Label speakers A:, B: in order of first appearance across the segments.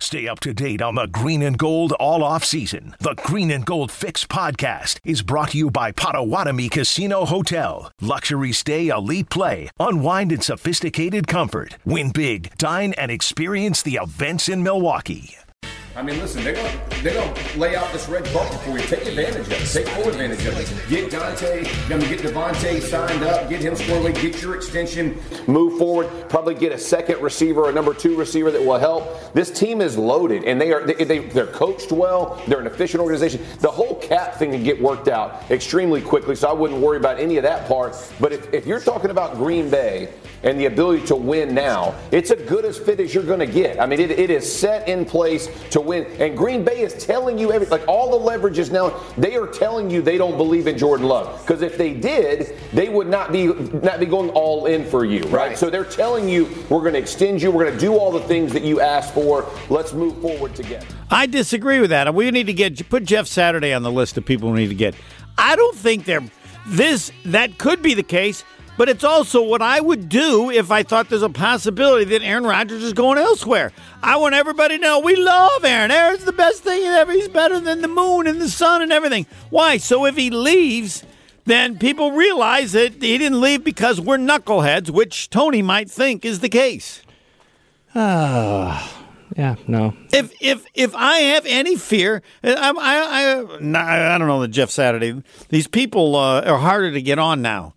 A: Stay up to date on the green and gold all off season. The Green and Gold Fix podcast is brought to you by Potawatomi Casino Hotel. Luxury stay, elite play, unwind in sophisticated comfort. Win big, dine, and experience the events in Milwaukee.
B: I mean, listen, they're going to they're gonna lay out this red button for you. Take advantage of it. Take full advantage of it. Get Dante, I mean, get Devontae signed up. Get him squarely. Get your extension. Move forward. Probably get a second receiver, a number two receiver that will help. This team is loaded, and they are they, they, they're coached well. They're an efficient organization. The whole cap thing can get worked out extremely quickly, so I wouldn't worry about any of that part. But if, if you're talking about Green Bay and the ability to win now, it's a good as fit as you're going to get. I mean, it, it is set in place to win. And Green Bay is telling you everything. Like all the leverage is now. They are telling you they don't believe in Jordan Love because if they did, they would not be not be going all in for you, right?
C: Right.
B: So they're telling you we're going to extend you. We're going to do all the things that you asked for. Let's move forward together.
C: I disagree with that. We need to get put Jeff Saturday on the list of people we need to get. I don't think they're this. That could be the case, but it's also what I would do if I thought there's a possibility that Aaron Rodgers is going elsewhere. I want everybody to know we love Aaron. Aaron's the best thing ever. He's better than the moon and the sun and everything. Why? So if he leaves. Then people realize that he didn't leave because we're knuckleheads, which Tony might think is the case.
D: Yeah, no.
C: If if if I have any fear, I'm, I I no, I don't know that Jeff Saturday. These people uh, are harder to get on now.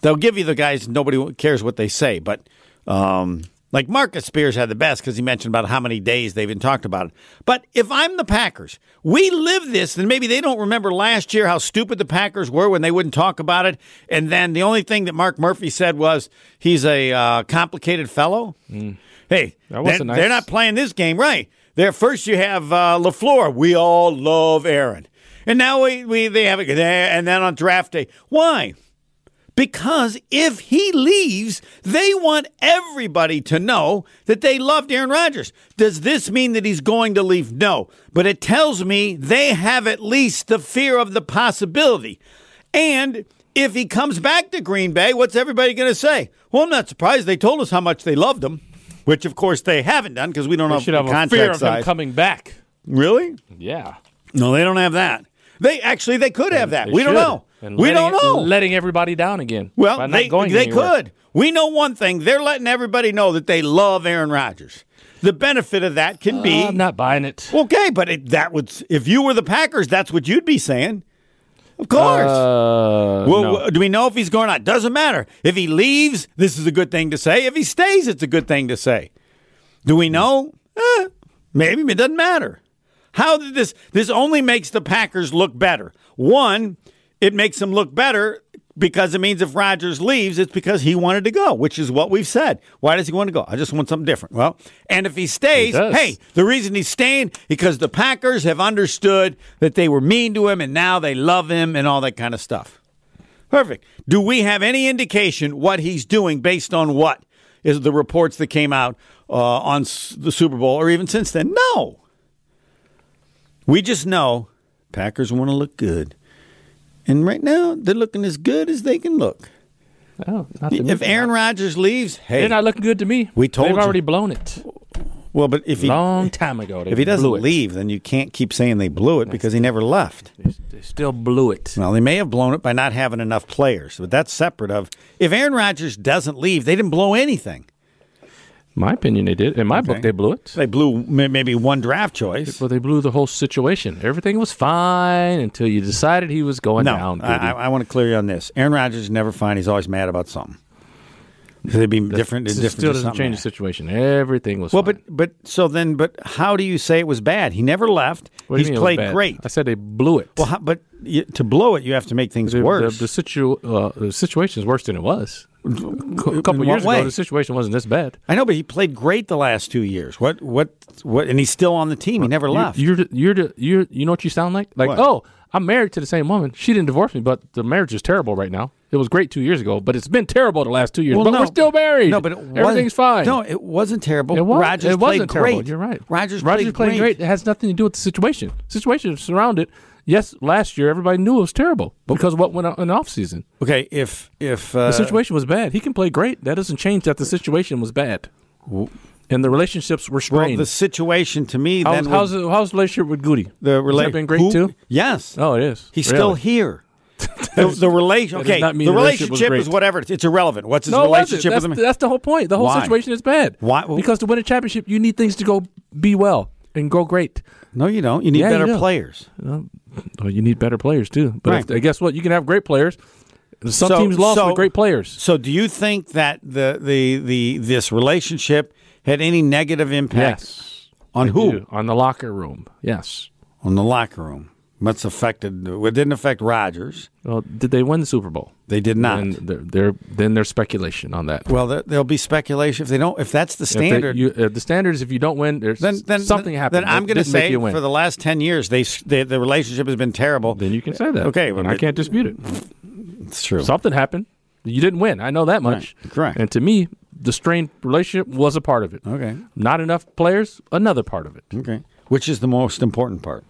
C: They'll give you the guys nobody cares what they say, but um, like Marcus Spears had the best because he mentioned about how many days they've been talked about it. But if I'm the Packers, we live this, and maybe they don't remember last year how stupid the Packers were when they wouldn't talk about it, and then the only thing that Mark Murphy said was he's a uh, complicated fellow. Hey,
D: Mm. That wasn't
C: they're,
D: nice.
C: they're not playing this game right. There, first you have uh, Lafleur. We all love Aaron, and now we, we they have it, and then on draft day, why? Because if he leaves, they want everybody to know that they loved Aaron Rodgers. Does this mean that he's going to leave? No. But it tells me they have at least the fear of the possibility. And if he comes back to Green Bay, what's everybody going to say? Well, I'm not surprised. They told us how much they loved him, which of course they haven't done because we don't
D: We
C: know
D: should have
C: the
D: a
C: contract
D: fear of him
C: size.
D: coming back.
C: really?
D: Yeah.
C: No, they don't have that. They actually they could have that.
D: They
C: we don't
D: should.
C: know.
D: And
C: we
D: letting-
C: don't know.
D: Letting everybody down again. by
C: Well,
D: not
C: they,
D: going
C: they
D: anywhere.
C: could. We know one thing. They're letting everybody know that they love Aaron Rodgers. The benefit of that can be
D: I'm not buying it.
C: okay, but it, that would if you were the Packers, that's what you'd be saying. Of course.
D: Uh,
C: well,
D: no.
C: w- do we know if he's going out? Doesn't matter. If he leaves, this is a good thing to say. If he stays, it's a good thing to say. Do we know? Eh, maybe it doesn't matter. How did this? This only makes the Packers look better. One, it makes them look better because it means if Rodgers leaves, it's because he wanted to go, which is what we've said. Why does he want to go? I just want something different. Well, and if he stays,
D: He does.
C: hey, the reason he's staying because the Packers have understood that they were mean to him and now they love him and all that kind of stuff. Perfect. Do we have any indication what he's doing based on what is the reports that came out uh, on s- the Super Bowl or even since then? No. We just know Packers want to look good. And right now, they're looking as good as they can look.
D: Oh, not to me.
C: If Aaron Rodgers leaves, hey,
D: they're not looking good to me.
C: We told
D: They've
C: you.
D: already blown it.
C: well, but if he
D: Long time ago. They
C: if he doesn't
D: blew it.
C: leave, then you can't keep saying they blew it because he never left.
D: they still blew it.
C: Well, they may have blown it by not having enough players, but that's separate of if Aaron Rodgers doesn't leave, they didn't blow anything.
D: My opinion, they did. In my book, they blew it.
C: They blew may- maybe one draft choice.
D: Well, they blew the whole situation. Everything was fine until you decided he was going
C: No,
D: down.
C: I,
D: Goody.
C: I, want to clear you on this. Aaron Rodgers is never fine. He's always mad about something. They'd be different.
D: It
C: different
D: still
C: to
D: doesn't
C: something
D: change the
C: else.
D: situation. Everything was
C: Well,
D: fine.
C: but but so then, but how do you say it was bad? He never left.
D: What do you
C: He's
D: mean it was
C: played
D: bad?
C: great.
D: I said they blew it.
C: Well, how, but you, to blow it, you have to make things
D: the,
C: worse.
D: The, the, situ, uh, the situation is worse than it was. A couple
C: what
D: years
C: way?
D: ago, the situation wasn't this bad.
C: I know, but he played great the last two years. What what what? And he's still on the team. He never left.
D: You're, the- you're, the- you're, you know what you sound like? Like,
C: What?
D: oh, I'm married to the same woman. She didn't divorce me, but the marriage is terrible right now. It was great two years ago, but it's been terrible the last two years. but
C: no.
D: we're still married.
C: No, but it wasn't-
D: everything's fine.
C: No, it wasn't terrible.
D: It was.
C: Rodgers
D: it
C: played
D: wasn't terrible.
C: great.
D: You're right.
C: Rodgers,
D: Rodgers
C: played,
D: playing great. It has nothing to do with the situation. Situation surrounded. Yes, last year everybody knew it was terrible because of what went on in the offseason.
C: Okay, if if uh,
D: The situation was bad. He can play great. That doesn't change that the situation was bad. and the relationships were
C: Well,
D: strained.
C: the situation to me
D: how's,
C: then would-
D: how's, how's the relationship with Goody?
C: the
D: Has that
C: relation
D: been great
C: Who-
D: too.
C: Yes.
D: Oh, it is.
C: He's still
D: Really?
C: here. the, the relation.
D: That does
C: Okay.
D: not mean
C: the
D: the relationship was
C: relationship is
D: great.
C: whatever. It's, it's irrelevant. What's his
D: No, it wasn't.
C: relationship
D: that's,
C: with him?
D: that's the whole point. The whole
C: Why?
D: situation is bad.
C: Why- well-
D: Because to win a championship, you need things to go be well and go great.
C: No, you don't. You need
D: Yeah, you
C: better
D: do.
C: players.
D: Well, you need better players too. But if-
C: Right.
D: guess what? You can have great players. Some
C: So-
D: teams lost
C: so-
D: with great players.
C: So, do you think that the the the this relationship had any negative impact
D: Yes.
C: on who
D: You, on the locker room. Yes.
C: on the locker room? What's affected? It didn't affect Rodgers.
D: Well, did they win the Super Bowl?
C: They did not.
D: And there, there, then there's speculation on that.
C: well, there, there'll be speculation if they don't. If that's the
D: If they-
C: standard,
D: you- uh, the standard is if you don't win, there's
C: then, then
D: something
C: then,
D: happened.
C: Then I'm
D: that
C: going to
D: didn't make
C: say
D: you win.
C: for the last ten years, they, s- they the relationship has been terrible.
D: then you can say that.
C: Okay,
D: and
C: but
D: I
C: it-
D: can't dispute it.
C: It's true.
D: Something happened. You didn't win. I know that much.
C: Right, correct.
D: And to me, the strained relationship was a part of it.
C: Okay.
D: Not enough players, another part of it.
C: okay, which is the most important part?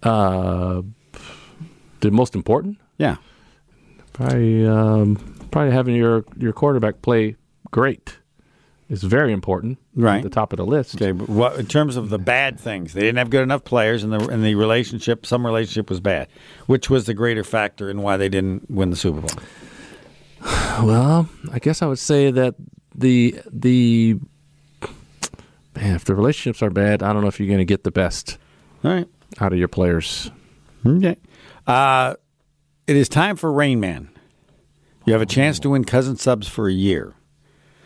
D: Uh, the most important,
C: Yeah.
D: probably, um, probably having your your quarterback play great is very important.
C: Right.
D: At the top of the list.
C: Okay, but what, in terms of the bad things, they didn't have good enough players, and the and the relationship, some relationship was bad, which was the greater factor in why they didn't win the Super Bowl.
D: Well, I guess I would say that the the man, if the relationships are bad, I don't know if you're going to get the best
C: All right,
D: out of your players.
C: okay. Uh, it is time for Rain Man. You have a chance to win cousin subs for a year.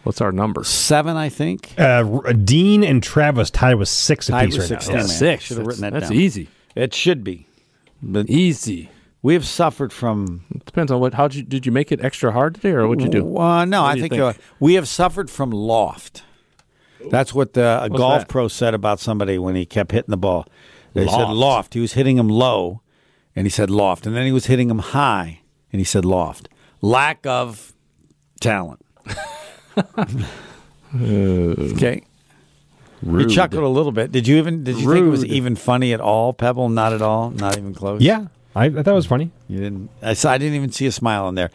D: What's our number?
C: Seven, I think.
E: Uh, R- Dean and Travis tied with six
C: Tied
E: apiece
C: with
E: right
C: six.
E: now.
C: Yeah, man.
D: six.
C: Should've
D: That's-
C: written that
D: That's
C: down.
D: easy.
C: It should be. But
D: Easy.
C: we have suffered from.
D: Depends on what. How did you, did you make it extra hard today, or what'd you do?
C: Uh, no, I
D: do you
C: think,
D: think?
C: Uh, we have suffered from loft. That's what the, a golf
D: that?
C: pro said about somebody when he kept hitting the ball. They said
D: Loft.
C: loft. He was hitting him low, and he said loft, and then he was hitting him high, and he said loft. Lack of talent. okay. You chuckled a little bit. Did you even? Did you think it was
D: Rude.
C: even funny at all, Pebble? Not at all. Not even close.
E: Yeah, I, I thought it was funny.
C: You didn't. I saw. I didn't even see a smile in there.